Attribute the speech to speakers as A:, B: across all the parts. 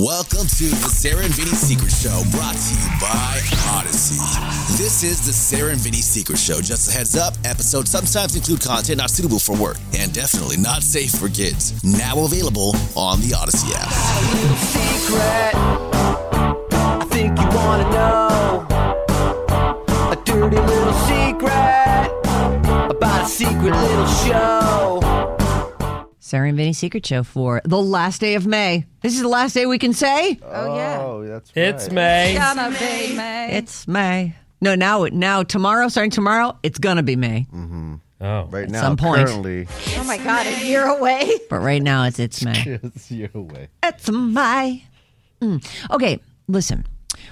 A: Welcome to the Sarah and Vinny Secret Show, brought to you by Odyssey. This is the Sarah and Vinny Secret Show. Just a heads up, episodes sometimes include content not suitable for work and definitely not safe for kids. Now available on the Odyssey app.
B: secret. I think you wanna know a dirty little secret about a secret little show.
C: Sarah and Vinny Secret Show for the last day of May. This is the last day we can say
D: Oh yeah.
E: Oh, that's right.
D: It's May.
E: gonna be May.
C: it's May. No, now it now tomorrow, starting tomorrow, it's gonna be May.
D: Oh.
E: Mm-hmm. right now.
C: some point.
E: Currently,
F: Oh my God, a year away?
C: But right now it's it's May.
E: it's your way.
C: it's May. Mm. Okay, listen.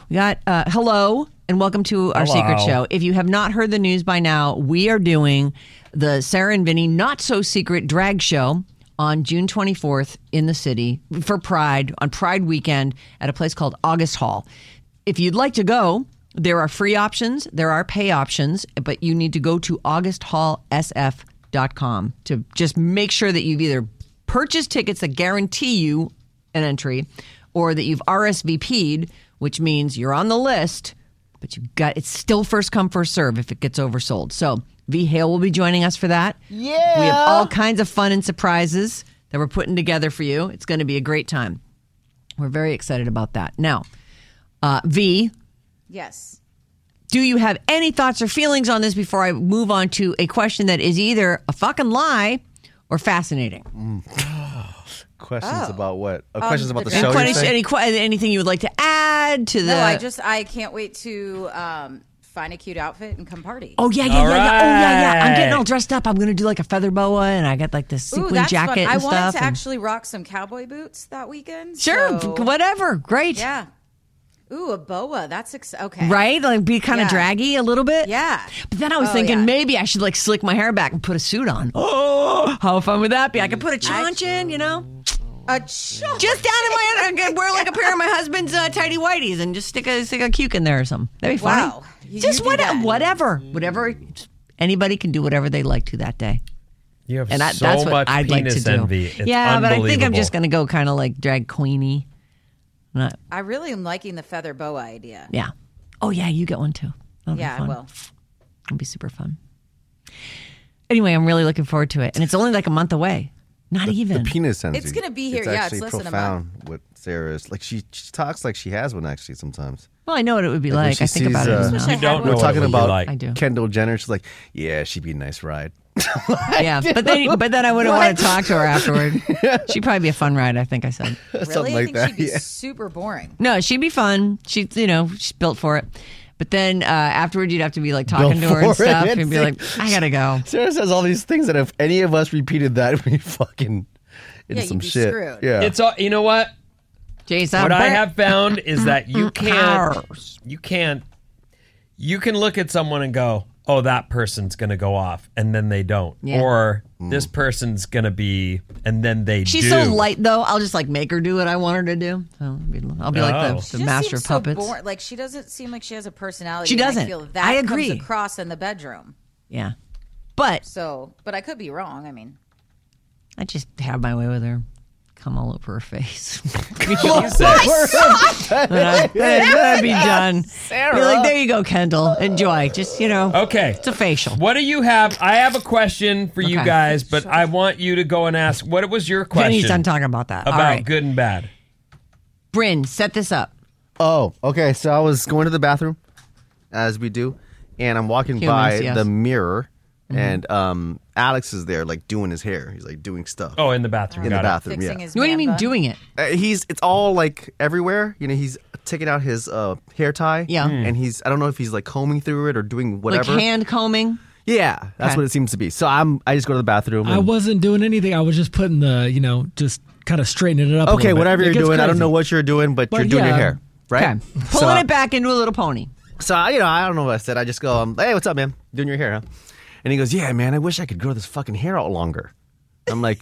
C: We got uh, hello and welcome to our
D: Hello.
C: secret show. If you have not heard the news by now, we are doing the Sarah and Vinny Not So Secret Drag Show on June 24th in the city for Pride on Pride weekend at a place called August Hall. If you'd like to go, there are free options, there are pay options, but you need to go to augusthallsf.com to just make sure that you've either purchased tickets that guarantee you an entry or that you've RSVP'd, which means you're on the list but you got it's still first come first serve if it gets oversold. So V Hale will be joining us for that. Yeah, we have all kinds of fun and surprises that we're putting together for you. It's going to be a great time. We're very excited about that. Now, uh, V,
F: Yes.
C: do you have any thoughts or feelings on this before I move on to a question that is either a fucking lie or fascinating?
E: Questions about what? Oh, questions about the,
F: Um, the
E: show.
F: drag-
E: you're
C: Any,
E: saying?
C: any que- anything you would like to add to the?
F: No, I just I can't wait to um, find a cute outfit and come party.
C: Oh yeah, yeah, yeah,
D: All
C: yeah. Oh yeah, yeah. I'm getting
D: right.
C: all dressed up. I'm gonna do like a feather boa, and I got like this
F: Ooh,
C: sequin
F: that's
C: jacket
F: fun. I
C: and
F: wanted
C: stuff.
F: to
C: and-
F: actually rock some cowboy boots that weekend.
C: Sure,
F: so-
C: whatever. Great.
F: Yeah. Ooh, a boa. That's ex- okay.
C: Right? Like be kind of
F: Yeah.
C: draggy a little bit.
F: Yeah.
C: But then I was
F: Oh,
C: thinking
F: yeah.
C: maybe I should like slick my hair back and put a suit on. Oh, how fun would that be? I could put a chaunch in, you know?
F: A chunk.
C: Just down in my under. I could wear like a pair of my husband's uh, tidy whities and just stick a stick a cuke in there or something. That'd be funny.
F: Wow. You-
C: just
F: you do
C: what,
F: that.
C: whatever, whatever. Anybody can do whatever they like to that day.
D: You have
C: And I,
D: so
C: that's what
D: much
C: I'd like to
D: penis
C: do.
D: envy. It's
C: yeah, but I think I'm
D: unbelievable.
C: just going to go kind of like drag queeny. Not,
F: I really am liking the feather boa idea.
C: yeah. Oh, yeah, you get one too. That'll be
F: Yeah,
C: fun.
F: I will.
C: It'll be super fun. Anyway, I'm really looking forward to it. And it's only like a month away. Not even.
E: The penis envy.
F: It's gonna be here.
E: It's
F: Yeah, it's
E: actually
F: less than a
E: profound. What Sarah is like. She, she talks like she has one actually sometimes.
C: well, I know what it would be
E: when
C: like.
E: she
C: I think
E: sees,
C: about
E: uh,
C: it
F: Especially
C: now.
D: You don't
F: We're
D: know
E: We're
D: what
E: talking
D: it would be
E: about
D: like.
C: I do.
E: Kendall Jenner. She's like, yeah, she'd be a nice ride.
C: Yeah, but then but then I wouldn't want to talk to her afterward. She'd probably be a fun ride. I think I said.
F: Really?
E: Something
F: I
E: like
F: think
E: that,
F: she'd be
E: yeah.
F: super boring.
C: No, she'd be fun. She, you know, she's built for it. But then uh, afterward, you'd have to be like talking to her and
E: for it.
C: stuff, and be like, "I gotta go."
E: Sarah says all these things that if any of us repeated that, we fucking into
F: Yeah, you'd
E: some
F: be
E: shit.
F: screwed.
E: Yeah.
D: It's all you know what?
C: Jason,
D: What I have found is that you can't
C: Cars.
D: you can't you can look at someone and go, "Oh, that person's going to go off." And then they don't.
C: Yeah.
D: Or
E: Mm.
D: this person's going to be and then they
C: She's
D: do.
C: so light, though. I'll just like make her do what I want her to do. So I'll be, I'll be
D: Oh.
C: like
D: She
C: the,
F: She
C: the
F: just
C: master
F: seems
C: of puppets.
F: So boring. Like she doesn't seem like she has a personality.
C: She
F: and
C: doesn't.
F: I feel that
C: I
F: comes
C: agree.
F: across in the bedroom.
C: Yeah, but
F: So, but I could be wrong. I mean,
C: I just have my way with her. Come all over her face. and I, would be done. Be like, there you go, Kendall. Enjoy. Just you know,
D: Okay.
C: it's a facial.
D: What do you have? I have a question for you
C: Okay.
D: guys, but I want you to go and ask what was your question
C: Jenny's done talking about that.
D: about
C: all right,
D: good and bad.
C: Bryn, set this up.
E: Oh, okay. So I was going to the bathroom, as we do, and I'm walking by
C: Humans, yes.
E: the mirror,
F: Mm-hmm.
E: and um, Alex is there, like doing his hair. He's like doing stuff.
D: Oh, in the bathroom.
E: in the
D: Got it.
E: bathroom.
F: fixing
E: Yeah.
F: his.
C: What do you
F: man
C: mean
F: bun.
C: doing it?
E: Uh, he's it's all like everywhere. You know, he's taking out his uh, hair tie.
C: Yeah. Hmm.
E: And he's I don't know if he's like combing through it or doing whatever.
C: Like hand combing?
E: yeah, that's
C: Okay.
E: what it seems to be. So I'm I just go to the bathroom.
G: I
E: and-
G: wasn't doing anything. I was just putting the, you know, just kind of straightening it up. a
E: okay,
G: little bit.
E: whatever
G: It
E: you're
G: gets
E: doing, I don't
G: crazy.
E: know what you're doing, but,
G: But
E: you're doing your
G: yeah.
E: hair. Right?
C: Okay.
E: So-
C: Pulling it back into a little pony.
E: So I- you know, I don't know what I said. I just go, um, "Hey, what's up, man? Doing your hair?" Huh? And he goes, "Yeah, man. I wish I could grow this fucking hair out longer." I'm like,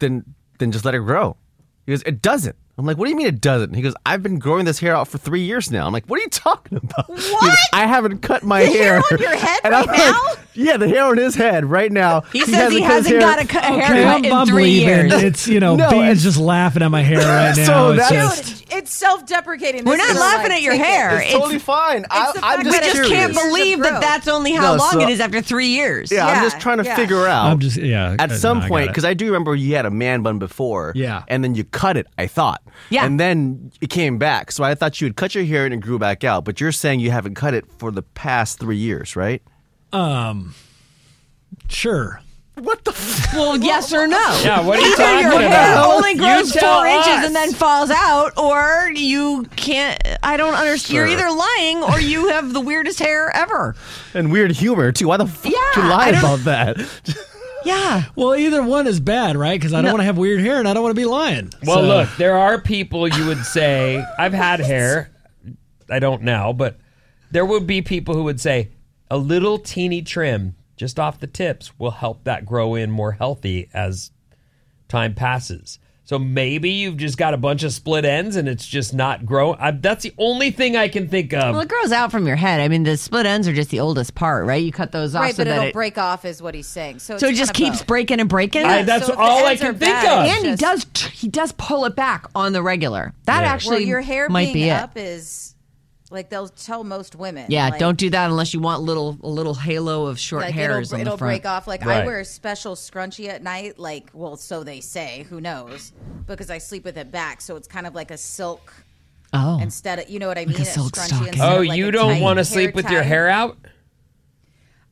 E: "Then, then just let it grow." He goes, "It doesn't." I'm like, "What do you mean it doesn't?" He goes, "I've been growing this hair out for three years now." I'm like, "What are you talking about? He goes, I haven't cut my
F: hair
E: hair
F: on your head
E: And I'm
F: right
E: like-
F: now?
E: Yeah, the hair on his head right now.
C: He says he,
E: cut his
C: hasn't
E: hair-
C: got a cu-
G: Okay,
C: haircut
G: I'm,
C: in
G: I'm
C: three
G: leaving.
C: years.
G: It's you know,
E: No,
G: Bean's
E: it's-
G: just laughing at my hair right now.
E: So
G: it's
E: that's-
G: just,
F: Dude, it's self-deprecating.
C: We're
F: This
C: not
F: is
C: laughing
F: like-
C: at your
F: take it.
C: hair.
E: It's totally fine. I,
F: It's the
E: I'm
F: fact
E: just
C: But I just
E: curious.
C: can't believe that
F: Bro.
C: that's only how
E: No,
C: long
E: so-
C: it is after three years.
E: Yeah, I'm
F: Yeah,
E: just trying to
F: yeah.
E: figure out.
G: I'm just yeah.
E: Oh. at
G: I-
E: some
G: no, I
E: point
G: got it.
E: because I do remember you had a man bun before.
G: Yeah.
E: and then you cut it. I thought.
C: Yeah.
E: and then it came back. So I thought you had cut your hair and it grew back out. But you're saying you haven't cut it for the past three years, right?
G: sure.
E: What the? F-
C: Well, yes or no?
D: Yeah, what are you
C: Either
D: talking
C: your hair
D: about?
C: only
D: You
C: grows
D: tell
C: four inches
D: us.
C: and then falls out, or you can't. I don't understand. You're
E: Sure.
C: either lying or you have the weirdest hair ever.
E: and weird humor too. Why the fuck
C: Yeah, I
E: you lie
C: don't-
E: about that?
C: Yeah.
G: Well, either one is bad, right? Because I don't want to have weird hair and I don't want to be lying.
D: Well,
G: So-
D: look, there are people you would say, I've had hair. I don't now, but there would be people who would say a little teeny trim just off the tips will help that grow in more healthy as time passes. So maybe you've just got a bunch of split ends and it's just not growing. I- That's the only thing I can think of.
C: Well, it grows out from your head. I mean, the split ends are just the oldest part, right? You cut those off
F: Right,
C: so
F: but
C: that
F: it'll
C: it,
F: break off, is what he's saying. So,
C: so it
F: it's
C: just
F: kinda
C: keeps
F: both.
C: breaking and breaking.
D: I-
F: Yeah,
D: that's
F: so if the
D: all I
F: ends
D: can
F: are
D: think
F: bad,
D: of.
F: it's
C: and he
F: just-
C: does he does pull it back on the regular. That actually
F: Well, your hair
C: might
F: being
C: be it.
F: up is like they'll tell most women.
C: Yeah,
F: like,
C: don't do that unless you want little a little halo of short
F: like
C: hairs
F: it'll,
C: on
F: it'll
C: the front.
F: break off. Like
D: Right.
F: I wear a special scrunchie at night, like well, so they say. Who knows? Because I sleep with it back, so it's kind of like a silk
C: Oh,
F: instead of you know what I mean.
C: a silk
F: scrunchie
C: stocking.
F: instead
D: oh,
F: of, like,
D: you
F: a
D: don't
F: tight
D: want to
F: hair
D: sleep with your
F: tie.
D: hair out?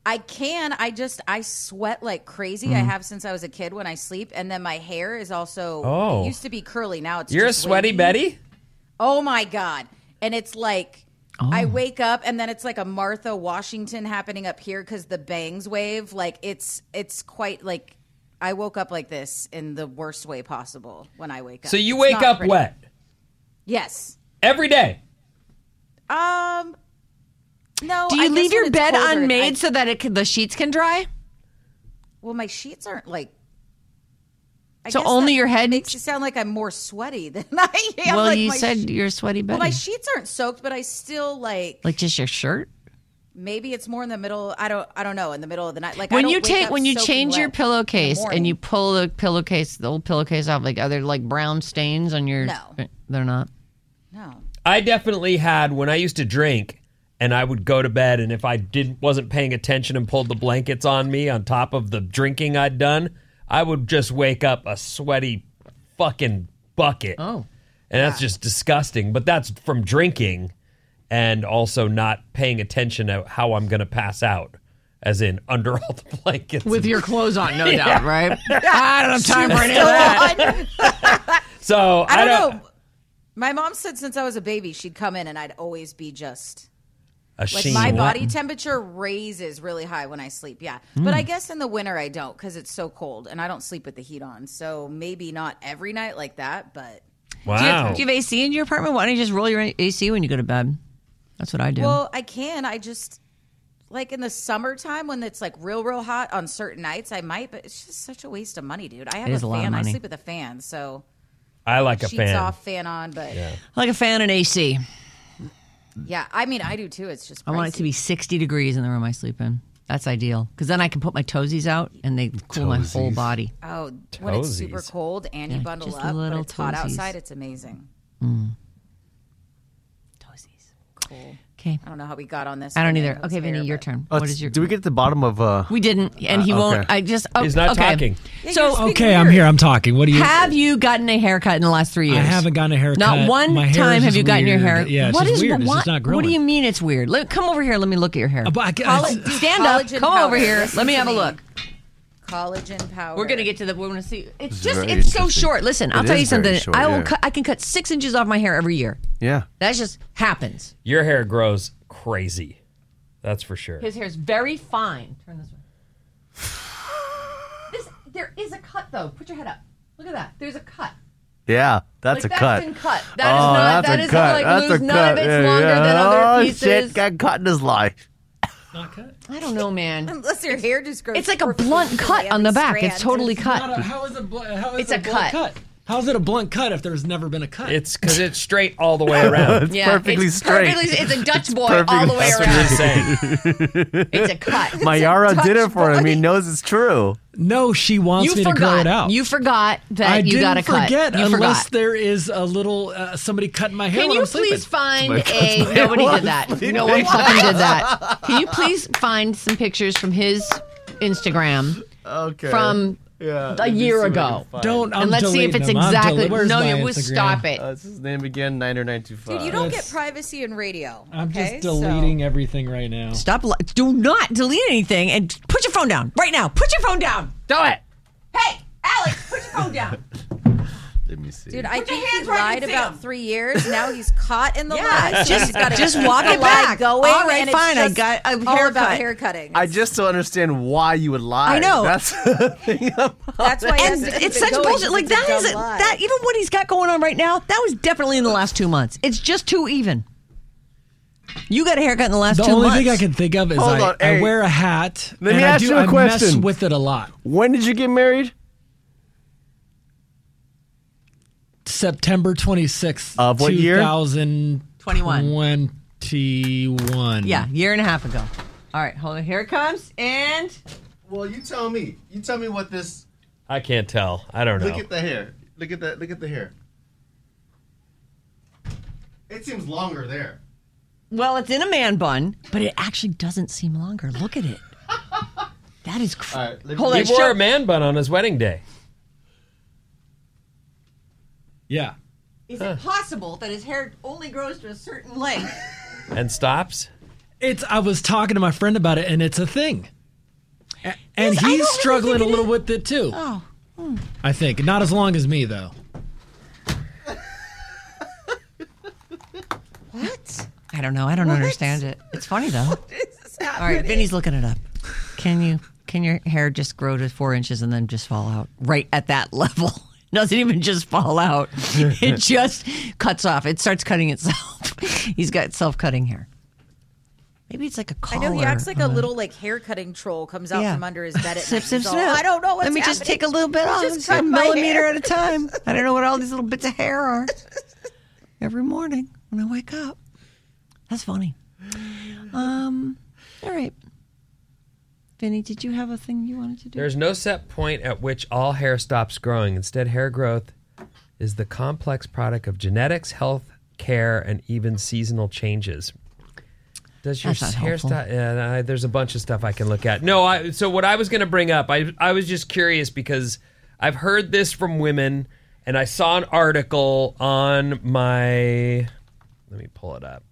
F: I can. I just I sweat like crazy.
C: Mm-hmm.
F: I have since I was a kid when I sleep, and then my hair is also.
D: Oh.
F: it used to be curly. Now it's
D: You're a
F: just
D: sweaty
F: wavy.
D: Betty?
F: Oh my god! And it's like
C: Oh.
F: I wake up and then it's like a Martha Washington happening up here because the bangs wave. Like it's it's quite like I woke up like this in the worst way possible when I wake up.
D: So you
F: It's
D: wake
F: not
D: up
F: pretty.
D: wet
F: Yes.
D: every day.
F: Um. No.
C: do
F: I
C: you
F: guess
C: leave
F: when
C: your
F: it's
C: bed
F: colder,
C: unmade
F: I-
C: so that it can, the sheets can dry?
F: Well, my sheets aren't like. I
C: So
F: guess
C: only
F: that
C: your head-
F: makes it sound like I'm more sweaty than I am.
C: well,
F: Like,
C: you
F: my
C: said
F: sh-
C: you're a sweaty Betty.
F: well, my sheets aren't soaked, but I still like
C: like just your shirt.
F: maybe it's more in the middle. I don't. I don't know. In the middle of the night, like I
C: When
F: don't
C: you
F: wake
C: take
F: up
C: when you
F: soaking
C: change your
F: wet in the
C: pillowcase and you
F: morning.
C: pull the pillowcase, the old pillowcase off, like are there like brown stains on your? uh,
F: No.
C: they're not.
F: no.
D: I definitely had when I used to drink and I would go to bed and if I didn't wasn't paying attention and pulled the blankets on me on top of the drinking I'd done, I would just wake up a sweaty fucking bucket.
C: Oh.
D: And that's just disgusting, but that's from drinking and also not paying attention to how I'm going to pass out as in under all the blankets.
C: With your clothes on, no doubt, right? I don't have time for any of
F: Go
C: that.
F: on.
D: so
F: I don't, know. My mom said since I was a baby, she'd come in and I'd always be just
D: A
F: like
D: sheen.
F: my body temperature raises really high when I sleep. Yeah, but I guess in the winter I don't because it's so cold and I don't sleep with the heat on. So maybe not every night like that, but
C: Do you,
D: Wow.
C: have, do you have AC in your apartment? Why don't you just roll your AC when you go to bed? That's what I do.
F: Well, I can. I just like in the summertime when it's like real, real hot on certain nights, I might. But it's just such a waste of money, dude. I have
C: It is a
F: a
C: lot of
F: fan. I
C: money.
F: sleep with a fan, so
D: I like a
F: sheets
D: fan.
F: off, fan on. But yeah.
C: like a fan and AC.
F: I mean, I do too. It's just
C: I want it to be 60 degrees in the room I sleep in. That's ideal because then I can put my toesies out and they cool my whole body.
F: oh when it's super
D: Toesies.
F: cold and you bundle
C: just
F: up, but
C: little
F: it's hot
C: toesies.
F: outside. It's amazing.
C: Toesies.
F: Cool.
C: Okay.
F: I don't know how we got on this.
C: I don't
F: one.
C: either.
F: That was
C: Okay, Vinny,
F: fair,
C: your
F: but-
C: turn.
E: Uh,
C: what is your?
E: Do we get to the bottom of uh?
C: we didn't, and he
E: Uh,
C: won't.
E: okay.
C: I just. Oh,
D: He's not
C: okay.
D: talking.
F: Yeah,
C: So-
F: you're speaking
G: okay, I'm
F: weird.
G: here. I'm talking. What do you?
C: Have you gotten a haircut in the last three years?
G: I haven't gotten a haircut.
C: Not one
G: My hair is
C: time have
G: just
C: you gotten your
G: weird.
C: hair.
G: Yeah, it's
C: what
G: just
C: is
G: weird.
C: What,
G: It's just not
C: What do
G: growing.
C: you mean it's weird? Let, come over here. Let me look at your hair.
G: Uh, but I, ca-
F: Colla-
C: Stand up.
F: collagen
C: Come over
F: powder.
C: here.
F: Listen
C: Let me
F: to
C: have a look.
F: Collagen powder.
C: We're gonna get to the. We're gonna see. It's
E: is
C: just.
E: very
C: It's so
E: interesting.
C: short. Listen, I'll
E: It
C: tell
E: is
C: you something.
E: very short,
C: I will.
E: yeah.
C: Cut, I can cut six inches off my hair every year.
E: Yeah.
C: That just happens.
D: Your hair grows crazy. That's for sure.
C: His hair's very fine. Turn this way. This there is a cut though. Put your head up. Look at that. There's a cut.
E: Yeah, that's
C: Like,
E: a
C: that's
E: cut. Oh,
C: been cut. Oh, That is
E: That is
C: not- that is not, like, loose. None of it's longer than other
E: Oh
C: pieces.
E: shit, got caught in his lie.
G: not cut.
C: I don't know, man.
F: Unless your hair just grows.
C: It's like a
F: perfectly
C: blunt cut on the
F: every
C: back. It's
F: strand.
C: totally cut.
G: How is it? How is
C: It's it a blunt cut. cut?
G: How's it a blunt cut if there's never been a cut?
D: It's because it's straight all the way around.
C: Yeah,
E: perfectly
C: it's
E: straight.
C: perfectly- it's a Dutch boy all the
E: perfectly-
C: way
D: That's what you're
C: around.
D: saying.
C: It's a cut.
E: Mayara
F: touch
E: did it for him. He
F: body.
E: knows it's true.
G: no, she wants
C: you
G: me
C: forgot.
G: to grow it out.
C: You forgot that
G: I
C: you
G: didn't
C: got a cut.
G: forget
C: you
G: unless
C: forgot.
G: there is a little uh, somebody cutting my hair
C: Can
G: while
C: you
G: I'm sleeping.
C: please find
E: Somebody
C: a?
E: cuts my hair
C: Nobody
E: while
C: did
E: I'm
C: that.
E: sleeping.
C: No one fucking did that. Can you please find some pictures from his Instagram
E: Okay.
C: from a year ago?
G: Don't. I'm
C: And let's see if
G: deleting
C: it's
G: them. I'm
C: exactly.
G: deli- Where's
C: no,
G: my
C: you
G: Instagram? Uh,
C: stop it.
E: Uh, What's his name again? Nine or nine two five.
F: Dude, you don't
G: That's-
F: get privacy in radio.
G: I'm
F: okay?
G: just deleting everything right now.
C: Stop. li- Do not delete anything and put your phone down right now. Put your phone down. Do it. Hey, Alex, put your phone down.
E: Let me see.
F: So, dude,
C: Put
F: I
C: your
F: think
C: hands
F: he
C: where I
F: lied
C: can see
F: about
C: them.
F: three years. Now he's caught in the lie.
C: Yeah,
F: so
C: just
F: he's gotta
C: just
F: keep
C: walk
F: the
C: it
F: lie
C: back.
F: Going,
C: All right,
F: and it's
C: fine. I
F: just
C: got a
F: all about
C: haircut.
F: hair cutting.
E: I just don't understand why you would lie.
C: I know.
E: That's the thing.
F: That's why he has
C: And
F: to keep
C: it's
F: it
C: such
F: going,
C: bullshit.
F: 'cause
C: Like
F: it's a
C: that
F: dumb
C: isn't
F: lie.
C: that even what he's got going on right now. That was definitely in the last two months. It's just too even. You got a haircut in the last
G: The
C: two
G: only
C: months.
G: thing I can think of is
E: Hold
G: I,
E: on,
G: I
E: hey.
G: wear a hat.
E: Let me
G: and
E: ask
G: I do,
E: you a
G: I mess
E: question.
G: with it a lot.
E: when did you get married?
G: September 26th
E: Of what year?
G: 2021. 21.
C: yeah,
D: Mm-hmm.
C: year and a half ago. All right, hold on. Here it comes. And
E: Well, you tell me. You tell me what this.
D: I can't tell. I don't know.
E: the hair. Look at that. Look at the hair. It seems longer there.
C: well, it's in a man bun, but it actually doesn't seem longer. Look at it. That is cr-
E: right, let me-
C: Hold
D: He
C: on.
D: wore
C: show-
D: a man bun on his wedding day.
G: Yeah.
C: Is it possible that his hair only grows to a certain length?
D: And stops.
G: It's I was talking to my friend about it and it's a thing. A- And
C: Yes, I don't
G: he's
C: really
G: struggling
C: think
G: a
C: it
G: little
C: is.
G: with it too.
C: Oh.
G: I think. Not as long as me though.
F: What?
C: I don't know. I don't understand it. It's funny though. All right, Vinny's looking it up. Can you can your hair just grow to four inches and then just fall out right at that level? It doesn't even just fall out. It just cuts off. It starts cutting itself. He's got self-cutting hair. Maybe it's like a
F: I
C: collar.
F: know he acts like a
C: on
F: little like hair cutting troll comes out
C: Yeah.
F: from under his bed at night.
C: Snip, snip,
F: He's all,
C: snip.
F: I don't know what's
C: Let me just
F: happening.
C: take a little bit off.
F: just
C: It's
F: cut
C: a
F: my
C: millimeter
F: hair.
C: at a time. I don't know what all these little bits of hair are. Every morning when I wake up. That's funny. Um, all right. Vinny, did you have a thing you wanted to do?
D: There's no set point at which all hair stops growing. Instead, hair growth is the complex product of genetics, health care, and even seasonal changes. Does your
C: That's not
D: hair
C: helpful.
D: style? Yeah, I- there's a bunch of stuff I can look at. No, I, so what I was going to bring up, I I was just curious because I've heard this from women, and I saw an article on my. Let me pull it up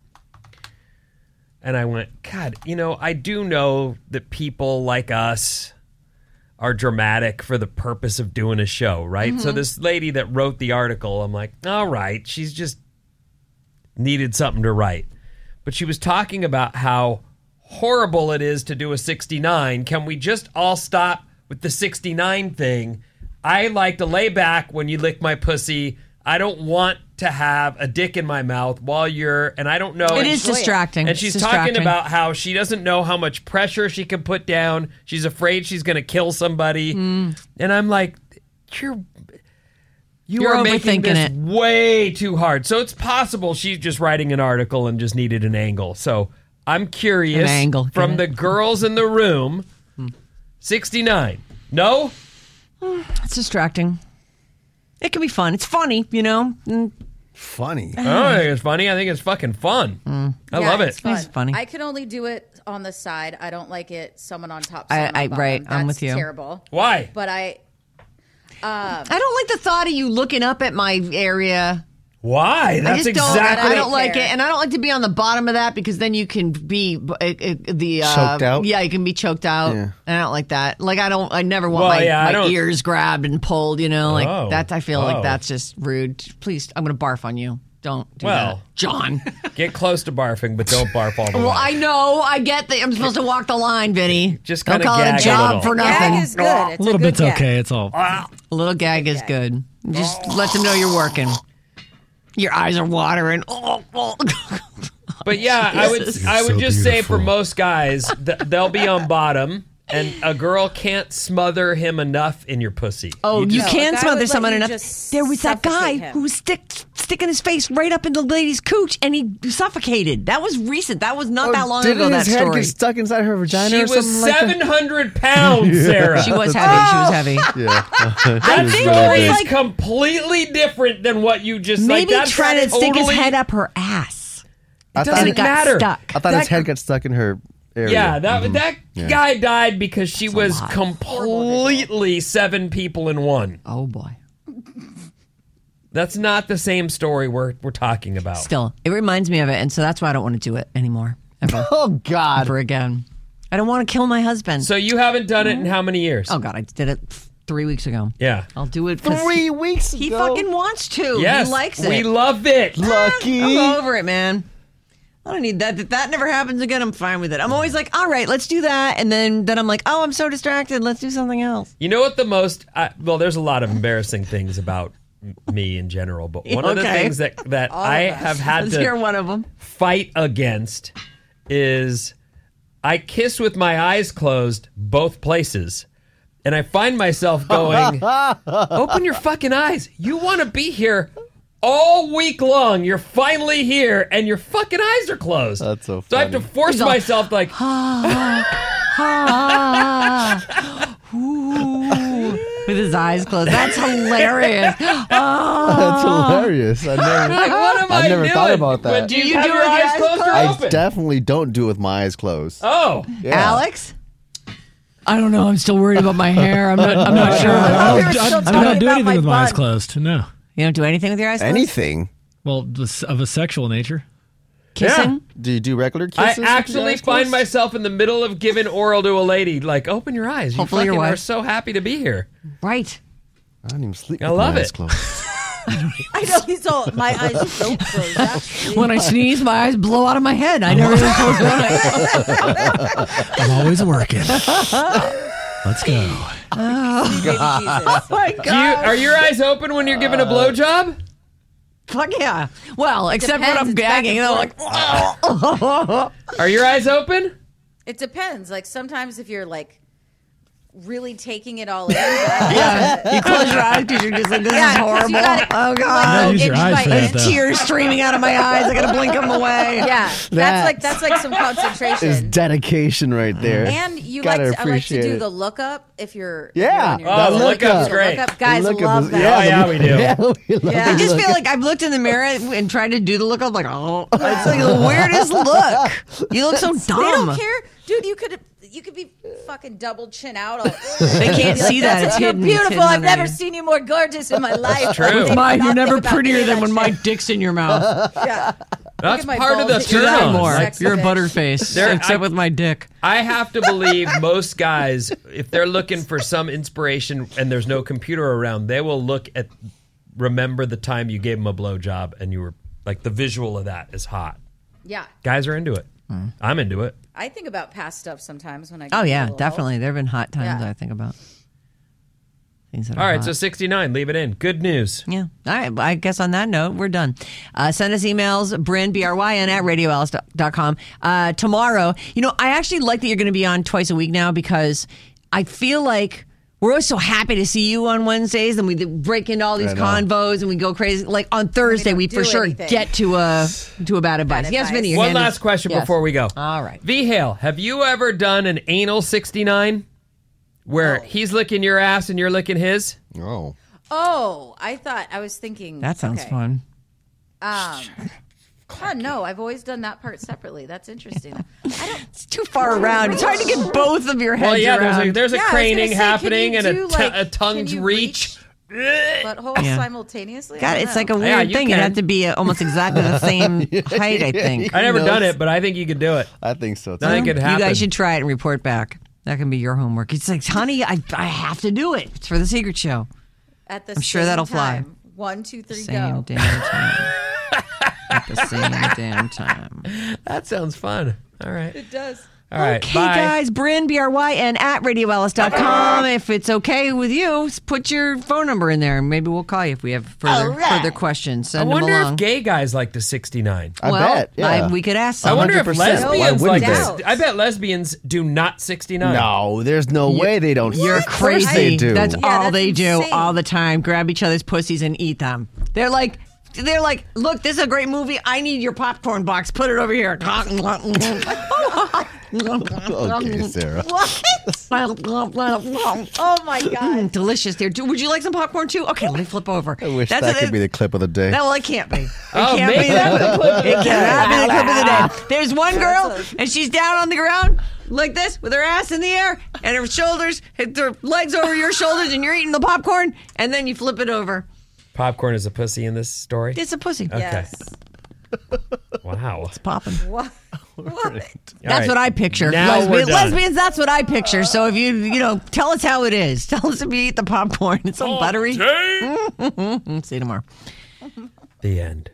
D: and I went, God, you know, I do know that people like us are dramatic for the purpose of doing a show, right?
C: Mm-hmm.
D: So this lady that wrote the article, I'm like, all right, she's just needed something to write. But she was talking about how horrible it is to do a 69. Can we just all stop with the 69 thing? I like to lay back when you lick my pussy. I don't want to have a dick in my mouth while you're, and I don't know.
C: it
D: and
C: is
D: she-
C: distracting.
D: and she's
C: It's distracting.
D: talking about how she doesn't know how much pressure she can put down. She's afraid she's going to kill somebody.
C: Mm.
D: And I'm like, you're you
C: You're
D: are
C: overthinking
D: making this
C: it.
D: way too hard. So it's possible she's just writing an article and just needed an angle. So I'm curious
C: An angle, get
D: from
C: it? Hmm.
D: the girls in the room. 69. No?
C: It's distracting. It can be fun. It's funny, you know? Mm,
E: Funny.
C: Hmm.
D: I don't think it's funny. I think it's fucking fun. I
F: Yeah,
D: love
F: it's
D: it.
F: fun.
C: It's funny.
F: I can only do it on the side. I don't like it. Someone on top.
C: I-
F: Someone
C: I-
F: bottom.
C: right, I'm
F: That's
C: with you.
F: Terrible.
D: Why?
F: But I.
C: I don't like the thought of you looking up at my area.
D: Why?
C: I
D: That's
C: just don't,
D: exactly
C: I don't like
F: Fair.
C: it, and I don't like to be on the bottom of that because then you can be uh, uh, the uh,
E: Choked out?
C: Yeah, you can be choked out.
E: Yeah.
C: And I don't like that. Like I don't. I never want
D: Well,
C: my,
D: yeah, I
C: my
D: don't-
C: ears grabbed and pulled. You know, like
D: Oh.
C: that's. I feel
D: Oh.
C: like that's just rude. Please, I'm gonna barf on you. Don't do
D: Well.
C: that, John.
D: Get close to barfing, but don't barf all the
C: well,
D: way.
C: I know. I get that. I'm supposed to walk the line, Vinny.
D: Just
C: don't
D: kinda
C: call it
D: gag
C: a
D: a
C: job
D: little.
C: for nothing.
F: Gag is good. It's
G: A little
F: good
G: bit's
F: gag.
G: okay. It's all.
C: A little gag is good. Just let them know you're working. Your eyes are watering. Oh, oh.
D: But yeah, I would
C: Jesus.
D: I would
G: so
D: just say for
G: beautiful.
D: most guys, th- they'll be on bottom and a girl can't smother him enough in your pussy.
C: Oh, you,
F: No,
C: can
F: if I
C: smother
F: would let
C: someone
F: you
C: enough.
F: just
C: There was that guy
F: suffocate him.
C: who was stick, sticking his face right up in the lady's cooch, and he suffocated. That was recent. That was not that long
E: Oh, Didn't
C: ago. That
E: his head
C: story.
E: get stuck inside her vagina
D: she
E: or
D: was
E: something like that?
D: 700 pounds, Sarah.
C: she was heavy. She was heavy.
D: that
E: was
D: story
E: really
D: is
C: big.
D: completely different than what you just like.
C: Maybe
D: That's
C: trying to stick his
D: totally-
C: head up her ass.
E: I
D: doesn't
E: thought,
C: and it got
D: matter.
C: stuck.
E: I thought his
D: that-
E: head got Mm-hmm. stuck in her area.
D: Yeah, that that guy died because she was
C: lot.
D: completely seven people in one.
C: Oh boy.
D: That's not the same story we're we're talking about.
C: Still, it reminds me of it, and so that's why I don't want to do it anymore. Ever,
E: Oh God!
C: ever again. I don't want to kill my husband.
D: So you haven't done it in how many years?
C: oh God, I did it pff, three weeks ago.
D: Yeah.
C: I'll do it. 'cause
E: Three weeks
C: He
E: ago.
C: fucking wants to.
D: Yes,
C: He likes it.
D: we love it.
E: lucky.
C: I'm over it, man. I don't need that. If that never happens again, I'm fine with it. I'm always like, all right, let's do that. And then then I'm like, oh, I'm so distracted. Let's do something else.
D: You know what the most? I, well, there's a lot of embarrassing things about m- me in general, but one of the
C: Okay.
D: things that that I have had
C: Let's
D: to
C: hear one of them.
D: fight against is I kiss with my eyes closed both places. And I find myself going, open your fucking eyes. You want to be here all week long. You're finally here and your fucking eyes are closed.
E: That's so
D: So I have to
E: funny.
D: force myself, like,
C: Ah. With his eyes closed. That's hilarious. Ah.
E: That's hilarious. I never,
D: like, what am I
E: I never
D: doing?
E: thought about that.
D: When- do you,
C: You
D: have
C: do
D: your
C: with your
D: eyes
C: eyes
D: closed or
E: I
D: open?
E: definitely don't do it with my eyes closed.
D: oh,
E: Yeah.
C: Alex?
G: I don't know. I'm still worried about my hair. I'm not. I'm not sure.
F: we were
G: I
F: still
G: don't, I
F: talking
G: don't do
F: about
G: anything
F: my
G: with my eyes
F: bun.
G: closed. No.
C: You don't do anything with your eyes closed?
E: Anything?
G: Well, this- of a sexual nature.
C: Kissing?
E: Do you do regular
D: I
E: kisses? with your
D: actually
E: eyes
D: find
E: closed?
D: myself in the middle of giving oral to a lady, like, open your eyes. You
C: Hopefully your
D: fucking are
C: wife-
D: so happy to be here.
C: Right.
E: I don't even sleep.
D: I
E: with
D: love
E: my eyes
D: it.
E: Closed.
F: I know he's all. My eyes are so closed. That's-
C: When I sneeze, my eyes blow out of my head. I never even close my eyes.
G: I'm always working. Let's go.
F: baby Jesus.
C: Oh my
D: Do you, are your eyes open when you're
E: Uh,
D: giving a blowjob?
C: Fuck yeah. Well, except when
F: Depends,
C: I'm
F: it's back
C: gagging.
F: and
C: I'm like,
F: forth.
D: Are your eyes open?
F: It depends. Like sometimes if you're like really taking it all in, yeah,
C: you close your eyes because you're just like, this is horrible. oh, God.
G: Not use your eyes for that,
C: There's
G: though.
C: tears streaming out of my eyes. I gotta blink them away.
F: Yeah, that's,
E: That
F: like that's like some
E: It's
F: concentration.
E: dedication right there.
F: And you like
E: Gotta
F: to, I like to
E: appreciate
F: do
E: it.
F: the lookup if you're
E: Yeah.
F: If you're
D: Oh,
F: on
D: the
F: your lookup.
D: lookup's great.
F: The lookup. Guys
E: Look at
F: love
E: this-
F: that.
D: Oh, yeah, we do.
E: Yeah, we love
F: Yeah.
E: it.
C: I just feel like I've looked in the mirror and tried to do the look. I'm like, oh, it's like the weirdest look. You look so dumb.
F: They don't care, dude. You could you could be fucking double chin out. All,
C: They can't see that. It's
F: That's you're
C: hidden. It's
F: beautiful.
C: hidden
F: I've never
C: underneath.
F: seen you more gorgeous in my life.
D: true.
F: They
C: Mine,
F: did
C: you're
F: not
C: never
F: think about
C: prettier
F: doing
C: than
F: that
C: when my
F: shit.
C: dick's in your mouth.
F: Yeah.
D: That's
F: at my
D: part of the
F: balls. Do
C: Do
D: turn
F: that
D: on.
F: more.
D: Like,
F: Sexy You're a bitch.
C: butterface,
D: There- except I-
C: with my dick.
D: I have to believe most guys, if they're looking for some inspiration and there's no computer around, they will look at remember the time you gave them a blowjob and you were like the visual of that is hot.
F: Yeah,
D: Guys are into it. I'm into it.
F: I think about past stuff sometimes when I. Get
C: Oh
F: a
C: yeah,
F: little
C: definitely. There have been hot times
F: Yeah.
C: I think about things that.
D: All
C: are
D: right,
C: hot.
D: so 69, leave it in. Good news.
C: Yeah. All right. Well, I guess on that note, we're done. Uh, send us emails, Bryn, B-R-Y-N, at radioalice.com. Uh, tomorrow, you know, I actually like that you're going to be on twice a week now because I feel like we're always so happy to see you on Wednesdays and we break into all these convos and we go crazy. Like on Thursday, we,
F: We don't
C: for
F: do
C: sure
F: anything.
C: get to a, to a bad advice. Yes,
F: advice.
C: Vinny. your
D: One
C: hand is-
D: last question
C: Yes.
D: before we go.
C: All right.
D: V Hale, have you ever done an anal 69 where he's licking your ass and you're licking his?
E: Oh,
F: Oh, I thought I was thinking
C: That sounds
F: okay. um,
C: fun.
F: Huh, no, I've always done that part separately. That's interesting. I don't.
C: It's too far around. It's hard to get both of your heads
D: Well, yeah,
C: around.
D: there's a, there's a
F: Yeah, I was gonna
D: craning
F: say, can
D: happening
F: you
D: and a,
F: do,
D: t-
F: like,
D: a tongue's
F: can you
D: reach.
F: Butthole
C: Yeah.
F: simultaneously.
C: God,
F: I don't
C: it's like a
F: know.
C: weird
D: Yeah, you
C: thing. You'd
D: can.
C: have to be uh, almost exactly the same height, I think.
D: I never
E: Who
D: done
E: knows?
D: it, but I think you could do it.
E: I think so. Too.
D: I think it
C: You
D: happened.
C: guys should try it and report back. That can be your homework. It's like, honey, I, I have to do it. It's for the secret show.
F: At the
C: I'm sure
F: same
C: that'll fly.
F: time. One, two, three,
C: Same
F: go.
C: damn time. At the same damn time.
D: That sounds fun. All right.
F: It does.
D: All right,
C: okay,
D: bye.
C: guys, Bryn, B-R-Y-N, at RadioAlice.com. If it's okay with you, s- put your phone number in there, and maybe we'll call you if we have further further questions.
D: I
C: Send
D: wonder
C: them along.
D: if gay guys like the 69.
C: well,
E: I bet. Yeah.
C: I- we could ask
D: I
C: them.
D: wonder if
E: 100%. Why
D: lesbians like
E: wouldn't
D: this.
F: they?
D: I bet lesbians do not 69.
E: no, there's no way they don't.
C: You're
E: Of course
C: crazy.
E: They do.
C: That's
F: Yeah,
C: all
F: that's
C: they do
F: insane.
C: all the time. Grab each other's pussies and eat them. They're like, they're like, look, this is a great movie. I need your popcorn box. Put it over here.
E: okay, Sarah.
F: Oh my god.
C: Mm, Delicious. There. Do- Would you like some popcorn too? Okay, let me flip over.
E: I wish
C: That's
E: that
C: what
E: could
C: it-
E: be the clip of the day.
C: No, well, it can't be. It
D: Oh,
C: can't
D: maybe
C: be.
D: that was the clip of the
C: It cannot be the clip of the day. There's one girl, and she's down on the ground like this with her ass in the air and her shoulders, her legs over your shoulders, and you're eating the popcorn, and then you flip it over.
D: Popcorn is a pussy in this story.
C: It's a pussy.
F: Yes.
D: Wow.
C: Popping.
F: What? What?
D: All
C: That's
D: right.
C: what I picture.
D: Now
C: Lesbian-
D: we're done.
C: Lesbians, that's what I picture. So if you, you know, tell us how it is. Tell us if you eat the popcorn. It's so buttery. See you tomorrow.
D: The end.